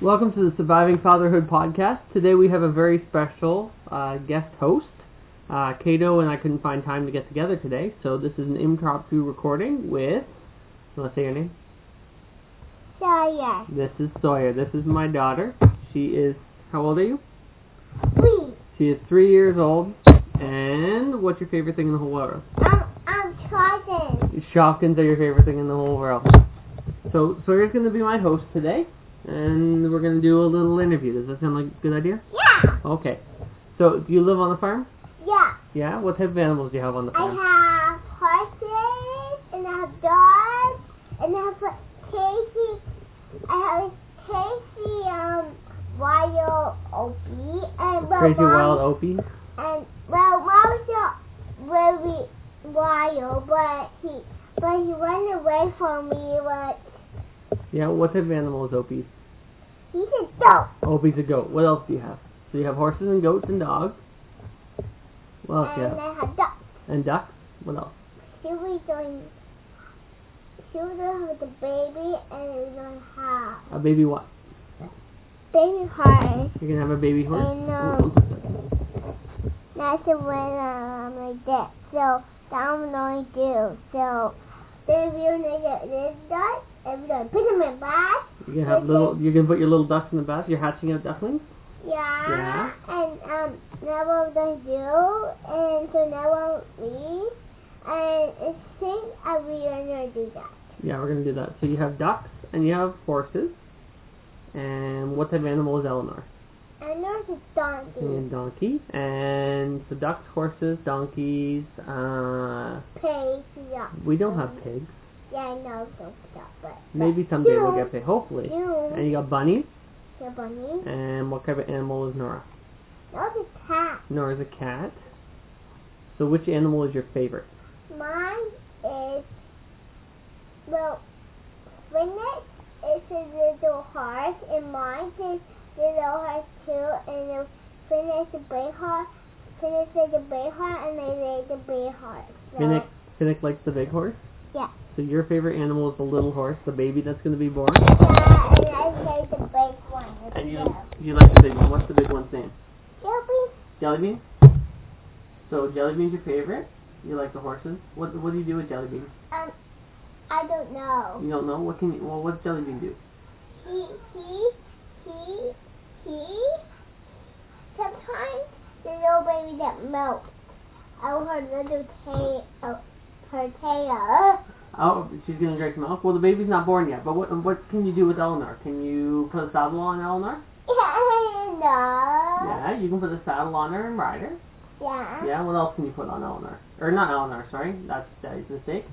Welcome to the Surviving Fatherhood podcast. Today we have a very special uh, guest host. Uh, Kato and I couldn't find time to get together today, so this is an impromptu recording with, let's say your name. Yeah, yeah. This is Sawyer. This is my daughter. She is, how old are you? Please. She is three years old. And what's your favorite thing in the whole world? I'm, I'm trying. Shopkins are your favorite thing in the whole world. So Sawyer's going to be my host today, and we're going to do a little interview. Does that sound like a good idea? Yeah. Okay. So do you live on the farm? Yeah. Yeah. What type of animals do you have on the I farm? have horses, and I have dogs, and I have Casey. I have Casey, um, wild Opie, and well, Crazy mom, wild opie. and well, mom's not really wild, but he, but he ran away from me. But Yeah. What type of animal is opie? he's a dog. Opie's a goat. What else do you have? So you have horses and goats and dogs. What else do you and have? I have dogs. And ducks. What else? She was doing. She was doing with the baby, and we don't have A baby what? baby horse. You're gonna have a baby horse. And um, that's the way um like that. So that I'm going to do. So then we're gonna get this done, and we're gonna put him in a box. You're gonna have little. You're gonna put your little ducks in the bath. You're hatching out ducklings. Yeah. Yeah. And um, now what we're gonna do, and so now we'll leave, and I think I we're gonna do that. Yeah, we're gonna do that. So you have ducks and you have horses. And what type of animal is Eleanor? And there's a donkey. And donkey. And so ducks, horses, donkeys. Uh, Pay yeah. we don't have pigs. Yeah, I know don't stop, but Maybe someday we'll get pigs. Hopefully. And you you got bunnies. the bunny. And what type of animal is Nora? That was a cat. Nora's a cat. So which animal is your favorite? Mine is well Spinach is a little horse and mine is little horse too and the Spinach is a big horse. Spinach is a big horse and they is a big horse. So Finnick. Finnick likes the big horse. Yeah. So your favorite animal is the little horse, the baby that's going to be born. yeah, and I like the big one. And you, too. you like the big one. What's the big one's name? It'll be Jelly bean. So jelly bean's your favorite. You like the horses. What what do you do with jelly bean? I don't know. You don't know. What can you? Well, what's jelly bean do? he he he he sometimes the little baby that milk out her little tail out her tail. Oh, she's gonna drink milk. Well, the baby's not born yet. But what what can you do with Eleanor? Can you put a saddle on Eleanor? Yeah, no. Yeah, you can put a saddle on her and ride her. Yeah. Yeah. What else can you put on Eleanor? Or not Eleanor? Sorry, that's Daddy's mistake.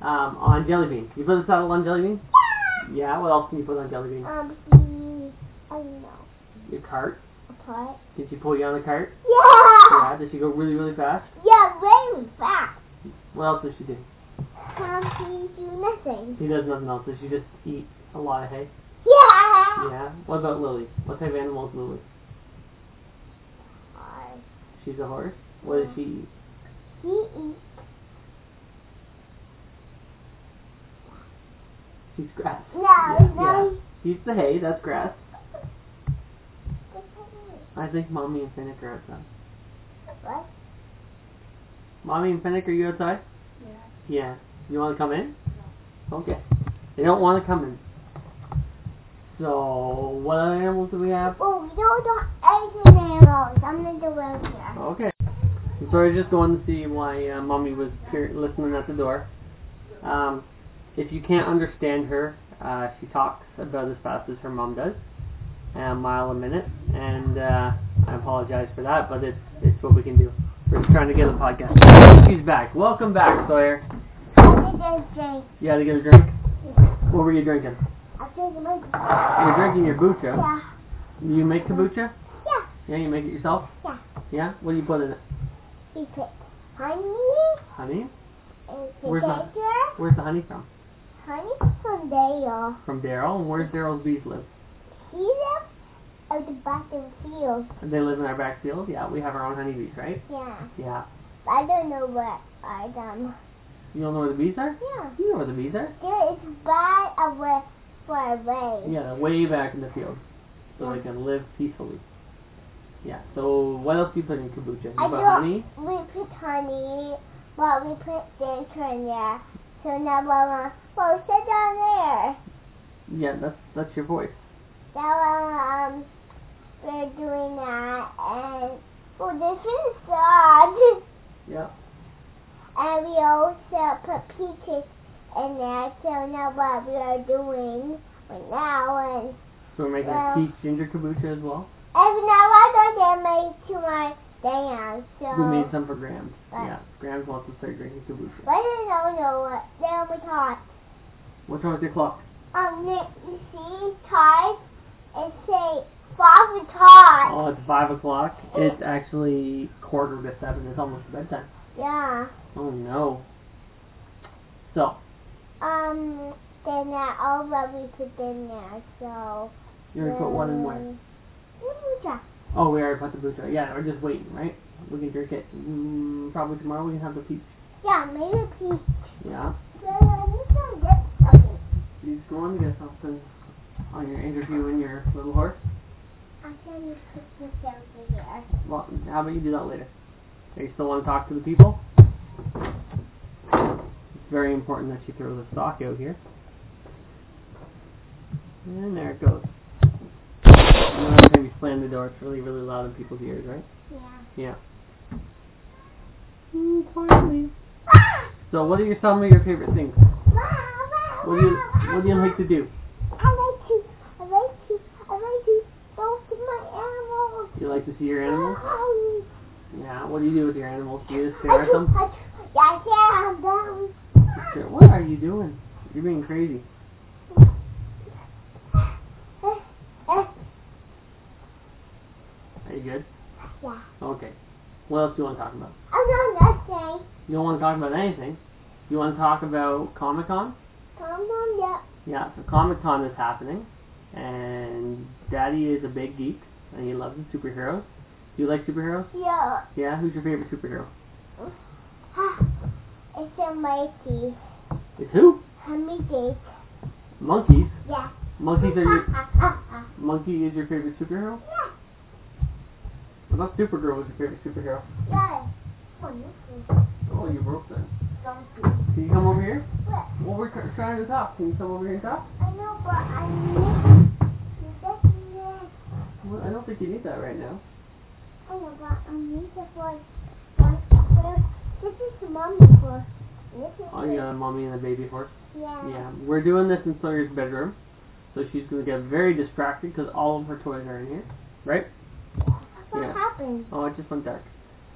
Um, on jelly bean. You put a saddle on jelly bean. Yeah. What else can you put on jelly bean? Um I don't know. Your cart. A part. Did she pull you on the cart? Yeah. Yeah. Did she go really really fast? Yeah, very fast. What else does she do? Can't she do nothing? She does nothing else. Does she just eat a lot of hay? Yeah. Yeah. What about Lily? What type of animal is Lily? She's a horse. What does she eat? He eats She's grass. no, Yeah, yeah. no. She eats the hay. That's grass. I think Mommy and Finnick are outside. What? Mommy and Finnick, are you outside? Yeah. Yeah. You want to come in? Okay. They don't want to come in. So, what other animals do we have? Well, we don't do anything animals. I'm in the wheelchair. Okay. I'm sorry, just going to see why uh, mommy was here listening at the door. Um, if you can't understand her, uh, she talks about as fast as her mom does, a mile a minute, and uh, I apologize for that, but it's it's what we can do. We're just trying to get a podcast. She's back. Welcome back, Sawyer. I'm gonna drink. You had to get a drink. What were you drinking? I'm taking my You're drinking your kombucha. yeah. You make kombucha? Yeah. Yeah, you make it yourself. Yeah. Yeah. What do you put in it? He put honey Honey. and Where's that? potato. Where's the honey from? Honey from there. From Daryl. And Where's Daryl's bees live? He lives at the back of the field. They live in our back field. Yeah, we have our own honeybees, right? Yeah. Yeah. I don't know what I done. You don't know where the bees are? Yeah. You know where the bees are. There is bad away far away. Yeah, way back in the field, so they can live peacefully. Yeah. So what else do you put in kombucha? You I put don't- honey. We put honey, but we put ginger in there. So now Mama, well, sit down there. Yeah, that's that's your voice. Now um, we're doing that, and oh, this is uh, sad. Yeah. And we also put peaches in there. So now what we are doing right now, and So we're making Well- a peach ginger kombucha as well. every now and then I make to my dance. So. We made some for Grams. Right. Yeah, Grams wants to start drinking kombucha. But I don't know what. Then we talk. What's wrong with your clock? Um, Nick, you see, type and say five and talk. Oh, it's five o'clock. It's actually quarter to seven. It's almost bedtime. Yeah. Oh no. So Um, then that all that we put in there. So. you're gonna put one in where? Yeah. Oh, we already put the kombucha. Yeah, we're just waiting, right? We can drink it. Mm, probably tomorrow. We can have the peach. Yeah, maybe a piece. Yeah. Yeah, I need to get something. You just go on and get something on your interview and your little horse. I can just put this down to here. Well, how about you do that later? Do you still want to talk to the people? It's very important that you throw the sock out here. And there it goes. You know, every time you slam the door, it's really, really loud in people's ears, right? Yeah. Yeah. Mm, finally. Ah! So, what are your, some of your favorite things? What do you What do you like to do? I like to, I like to, I like to go to my animals. You like to see your animals? Um, Yeah. What do you do with your animals? Do you just I stare at do- them? I do- Yeah, yeah, I'm down. Stare- What are you doing? You're being crazy. Eh, Are you good? Yeah. Okay. What else do you want to talk about? I'm on that thing. You don't want to talk about anything. You want to talk about Comic Con? Come on, yeah. Yeah, so Comic Con is happening, and Daddy is a big geek, and he loves the superheroes. Do you like superheroes? Yeah. Yeah, who's your favorite superhero? Ah, It's a mighty. It's who? A mighty. Monkeys. Yeah. Monkeys are your, Ah, ah, ah, ah. monkey is your favorite superhero? Yeah. I thought Supergirl was your favorite superhero. Yeah. Oh, no. Oh, you broke that. Don't do Can you come over here? it. Well, we're tr- trying to talk. Can you come over here and talk? I know, but I need this one. Well, I don't think you need that right now. I know, but Oh, I need this one. But This is the mommy for. This is Oh, you got a mommy and a baby horse. the- yeah. Yeah, we're doing this in Sawyer's bedroom, so she's going to get very distracted because all of her toys are in here, right? What Yeah. happened? Oh, it just went dark.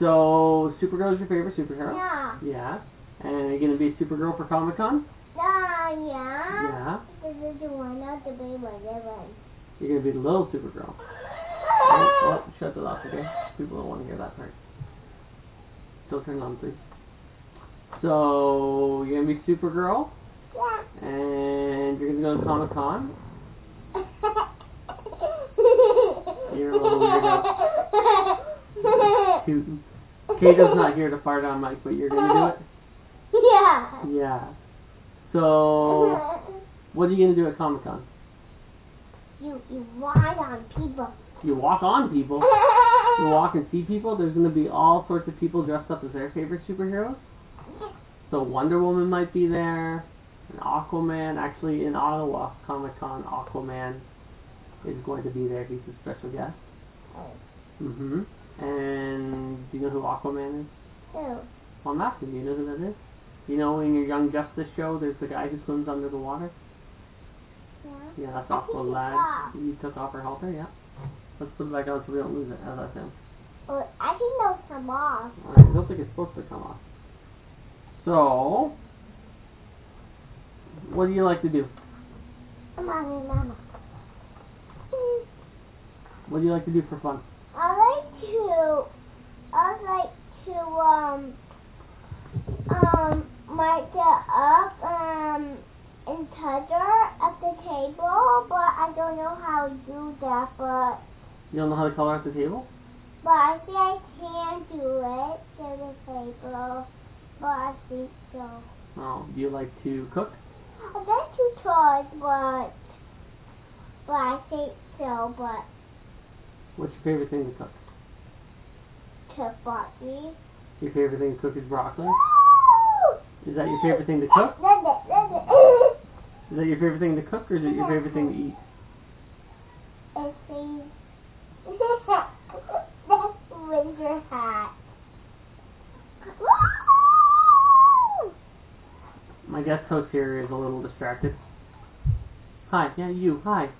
So, Supergirl's your favorite superhero? Yeah. Yeah. And are you going to be Supergirl for Comic Con? Ah, yeah. Yeah. This is the one, not the baby one. The one. You're going to be Little Supergirl. Oh, oh, shut it off, okay? People don't want to hear that part. Still turn it on, please. So, you're going to be Supergirl, Yeah. and you're going to go to Comic Con, You're a little weirdo. Cute. Kato's not here to fart on Mike, but you're gonna Yeah. do it. Yeah. So, what are you gonna do at Comic Con? You you ride on people. You walk on people. You walk and see people. There's gonna be all sorts of people dressed up as their favorite superheroes. So Wonder Woman might be there. And Aquaman, actually in Ottawa Comic Con, Aquaman is going to be there. He's a special guest. Mm-hmm. And do you know who Aquaman is? Oh. Well, I'm asking you, you know who that is? You know, in your Young Justice show, there's the guy who swims under the water. Yeah. Yeah, that's I think awful it's lad. off. You took off her halter, yeah. Let's put it back on so we don't lose it. How's that sound? Well, I can know some off. Alright, I don't think it's supposed to come off. So, what do you like to do? Mommy, mama. What do you like to do for fun? I like to, I like to, um, um, might get up, um, and touch her at the table, but I don't know how to do that, but, You don't know how to color at the table? but I think I can do it to the table, but I think so. Oh, do you like to cook? I like to touch, but Well, I think so, but What's your favorite thing to cook? to Bobby. Your favorite thing to cook is broccoli? Woo! Is that your favorite thing to cook? Love it, love it. Is that your favorite thing to cook or is it your favorite thing to eat? It's the- That's winter hat. Woo! My guest host here is a little distracted. Hi, yeah, you. Hi.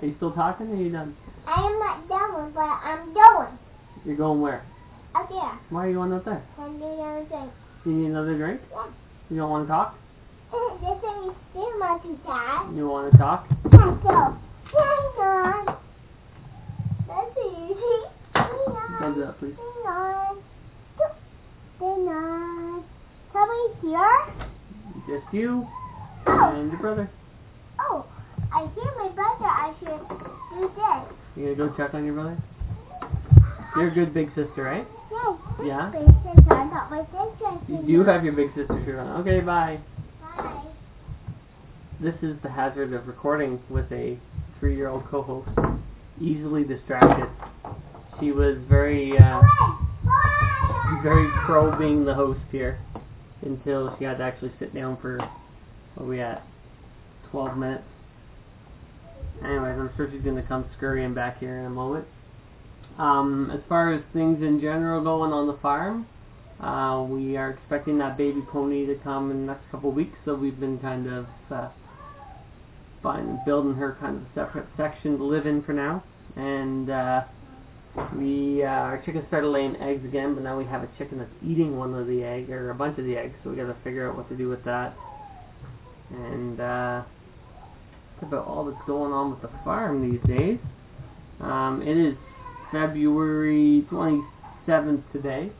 Are you still talking or are you done? I am not going, but I'm going. You're going where? Up there. Why are you going up there? And do another thing. You need another drink? Yeah. You don't want to talk? This thing is too much to die. You want to talk? Let's go. Hang on. That's easy. Hang on. Thumbs up, please. Hang on. Hang on. Somebody here? Just you and Oh. your brother. Oh. I hear my brother. I should do this. You gonna go check on your brother? You're a good big sister, right? Yes. Yeah? Since I got my sister. You do have your big sister shirt on. Okay, bye. Bye. This is the hazard of recording with a three-year-old co-host, easily distracted. She was very, uh, very pro being the host here until she had to actually sit down for what are we at 12 minutes. Anyways, I'm sure she's gonna come scurrying back here in a moment. Um, as far as things in general going on the farm, uh, we are expecting that baby pony to come in the next couple weeks, so we've been kind of uh, buying, building her kind of a separate section to live in for now. And uh, we uh, our chickens started laying eggs again, but now we have a chicken that's eating one of the egg or a bunch of the eggs, so we got to figure out what to do with that. And uh, that's about all that's going on with the farm these days. Um, it is February 27th today,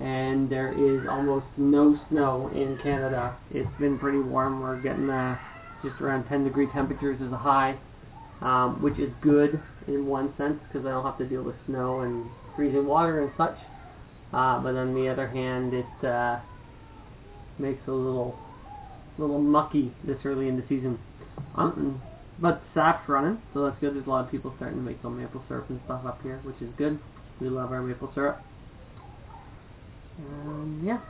and there is almost no snow in Canada. It's been pretty warm. We're getting uh, just around 10 degree temperatures as a high, um, which is good in one sense because I don't have to deal with snow and freezing water and such. Uh, but on the other hand, it uh, makes it a little little mucky this early in the season. Um, but sap's running, so that's good. There's a lot of people starting to make some maple syrup and stuff up here, which is good. We love our maple syrup. Um, yeah.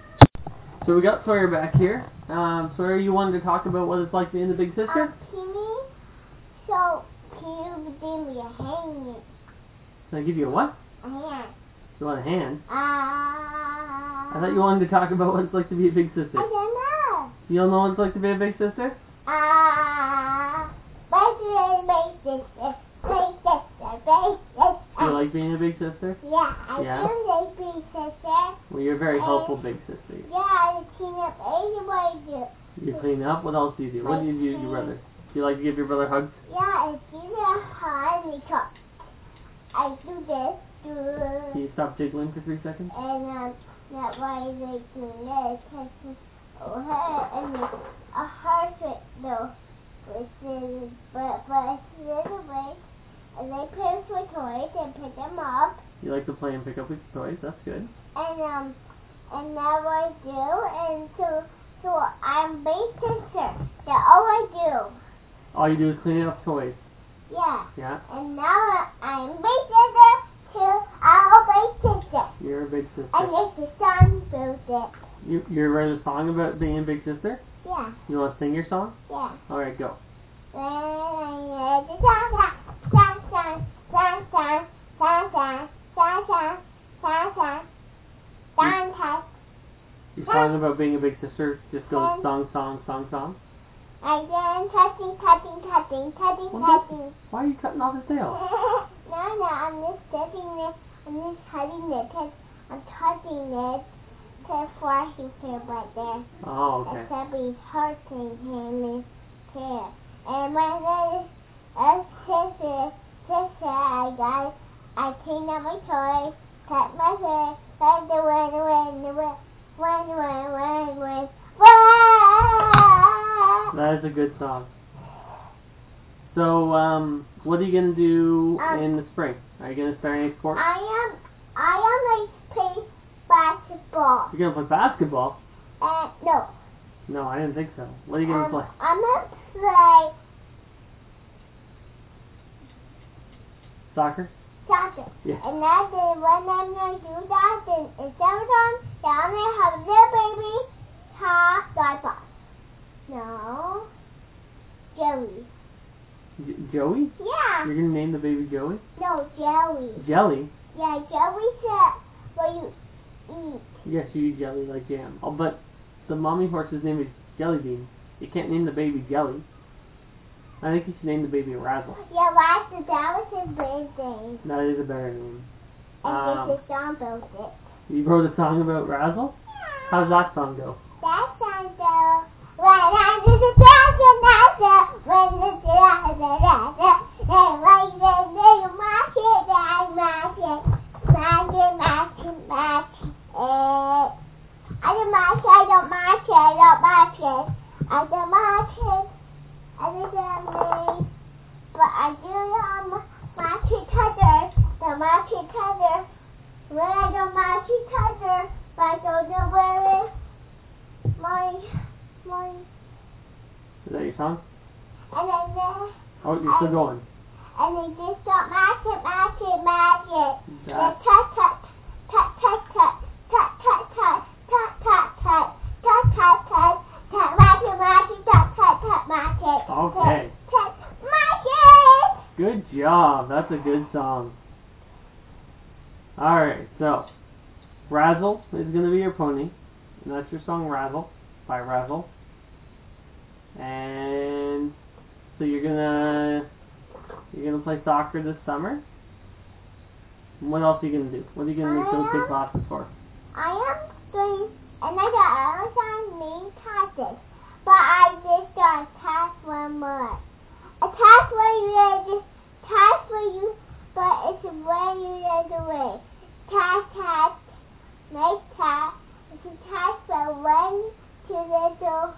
So we got Sawyer back here. Um, Sawyer, you wanted to talk about what it's like being the big Um, sister? Timmy, so can you give me a hand? Can I give you a what? A hand. You want a hand? Ah. I thought you wanted to talk about what it's like to be a big I sister. don't know. You don't know what it's like to be a big sister? Ah. But you're my sister, my sister, my Do sister. you like being a big sister? yeah, I Yeah. do like being sister. Well, you're a very helpful big sister. Yeah, I clean up anybody do. You clean up. What else do you do? What do you do to your brother? Do you like to give your brother hugs? Yeah, I do the hard makeup. I do this, do Can you stop jiggling for three seconds? And um, that why they do this has oh, and it's a heart rate though, which is but but it's the other way. And they play with toys and pick them up. You like to play and pick up with toys. That's good. And um, and that what I do. And so so I'm big sister. That all I do. All you do is clean up toys. Yeah. Yeah, And now I- I'm big sister too. I'm big sister. you're a big And sister. it's the sun built it. You you read a song about being a big sister? Yeah. You want to sing your song? Yeah. All right, go. Your song about being a big sister just goes song, song, song, song. Why are you cutting off his tail? Oh, okay. Except he's hurting him in here. And my little uh, sister, sister, I got, I cleaned up my toys, cut my hair, like the wind, wind, wind, wind, wind, wind, wind, wind. That is a good song. So, um, what are you gonna do Um, in the spring? Are you gonna start any sport? I am, I am like playing basketball. You're gonna play basketball? Uh, no. No, I didn't think so. What are you gonna Um, play? I'm gonna play Soccer? Soccer. Yeah. And that day when I'm gonna do that, then it's summertime, then I'm gonna have a little baby top diaper. No. Jelly. J- Joey? Yeah. You're gonna name the baby Joey? No, jelly. Jelly? Yeah, jelly's uh, what you eat. Yes, you eat jelly like jam. Oh, but the mommy horse's name is Jelly Bean. You can't name the baby Jelly. I think you should name the baby Razzle. Yeah, last that was his birthday. That is a better name. And Um, this is John built it. You wrote a song about Razzle? How's that song go? That sounds though. When I do the dragon master, when the dragon master, and when the little market, I market, market, market, market. Eh, I don't market, I don't market, I don't market. I don't market, I don't market. But I do um, market tether, the market tether. When I don't market tether, but I don't know where it my my Is that your song? and then uh, Oh, you're still going. and then just got magic magic magic That, tut tut tut tut tut tut tut tut tut tut tut tut tut tut tut magic magic tut tut tut magic Okay. tut magic good job. That's a good song. Alright, so Razzle is going to be your pony. And that's your song Razzle by Razzle. And so you're gonna you're gonna play soccer this summer. And What else are you gonna do? What are you gonna make those big classes for? I am doing another Amazon main task, but I just got a task one more. A task where you did just task where you, but it's where you did the way. Task, task, make task. It's a task for one to little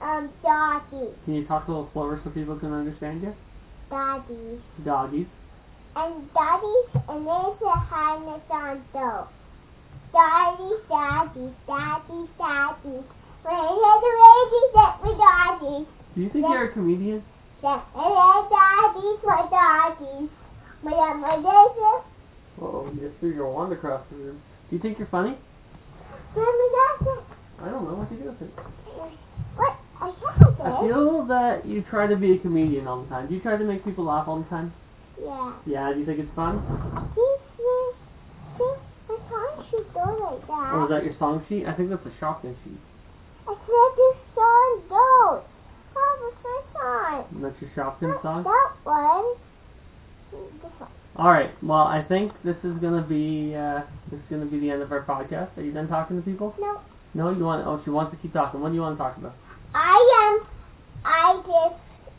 um doggy, Can you talk a little slower so people can understand you? doggy, Doggies. and doggies, and there's a harness on though. Daddy, daddy, daddy, daddy. We're the ladies that we doggies. Do you think Yeah. you're a comedian? That we're doggies, my doggies. My dad, my dad, Oh, yes, sir. You're wand across the room. Do you think you're funny? my dad. I don't know what to do with it. What? I have I it. feel that you try to be a comedian all the time. Do you try to make people laugh all the time? Yeah. Yeah, do you think it's fun? He's really, he's, I can't shoot go like that. Or Oh, is that your song sheet? I think that's a shotgun sheet. I can't do song go. Oh, the first time. And that's your shotgun Not song? That one. This one. Alright, well I think this is gonna be uh this is gonna be the end of our podcast. Are you done talking to people? No. No, you want oh she wants to keep talking. What do you want to talk about? I am. I did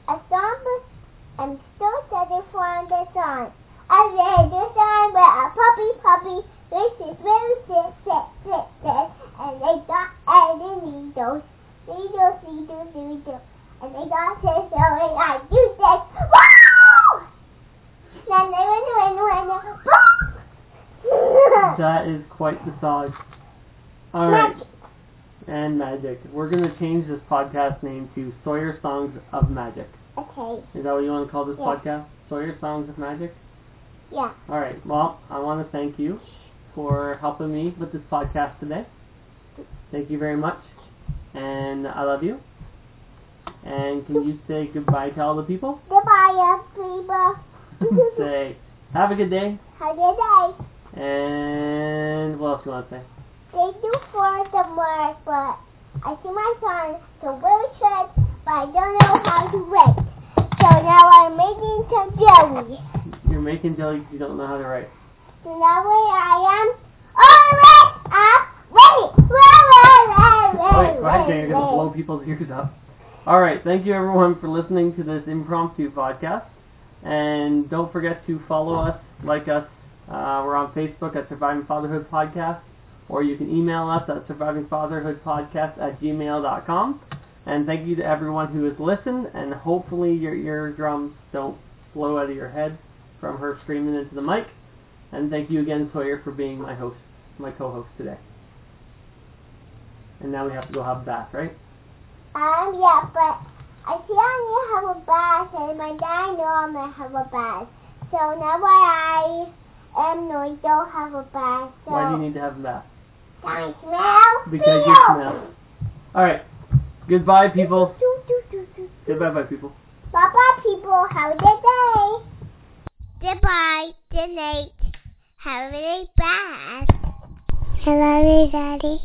a song, but I'm still studying for the song. I read this song with a puppy, puppy. This is really sick, sick, sick, sick. And they got and they needles, needles, needles, needles. And they got this, so and I do this. Wow! Then they went away, and went away. Boom! That is quite the song. Alright. And magic. We're gonna change this podcast name to Sawyer Songs of Magic. Okay. Is that what you want to call this Yeah. podcast? Sawyer Songs of Magic? Yeah. All right. Well, I want to thank you for helping me with this podcast today. Thank you very much. And I love you. And can you say goodbye to all the people? Goodbye, people. say, have a good day. Have a good day. And what else do you want to say? They do for the work, but I see my son so really good, but I don't know how to write. So now I'm making some jelly. You're making jelly 'cause you don't know how to write. So now where I am, all right, up, ready. Wait, wait, wait, wait, Wait, right there, you're going to blow wait. people's ears up. All right. Thank you, everyone, for listening to this impromptu podcast. And don't forget to follow us, like us. Uh, we're on Facebook at Surviving Fatherhood Podcast, or you can email us at survivingfatherhoodpodcast at gmail.com. And thank you to everyone who has listened, and hopefully your eardrums don't blow out of your head from her screaming into the mic. And thank you again, Sawyer, for being my host, my co-host today. And now we have to go have a bath, right? Um, yeah, but I see I need to have a bath, and my dad know I'm going to have a bath. So now I am no, you don't have a bath. So Why do you need to have that? I smell. Because you pee. smell. All right. Goodbye, people. Do, do, do, do, do. Goodbye, bye, people. Bye bye, people. Have a good day. Goodbye. Good night. Have a good bath. I love you, Daddy.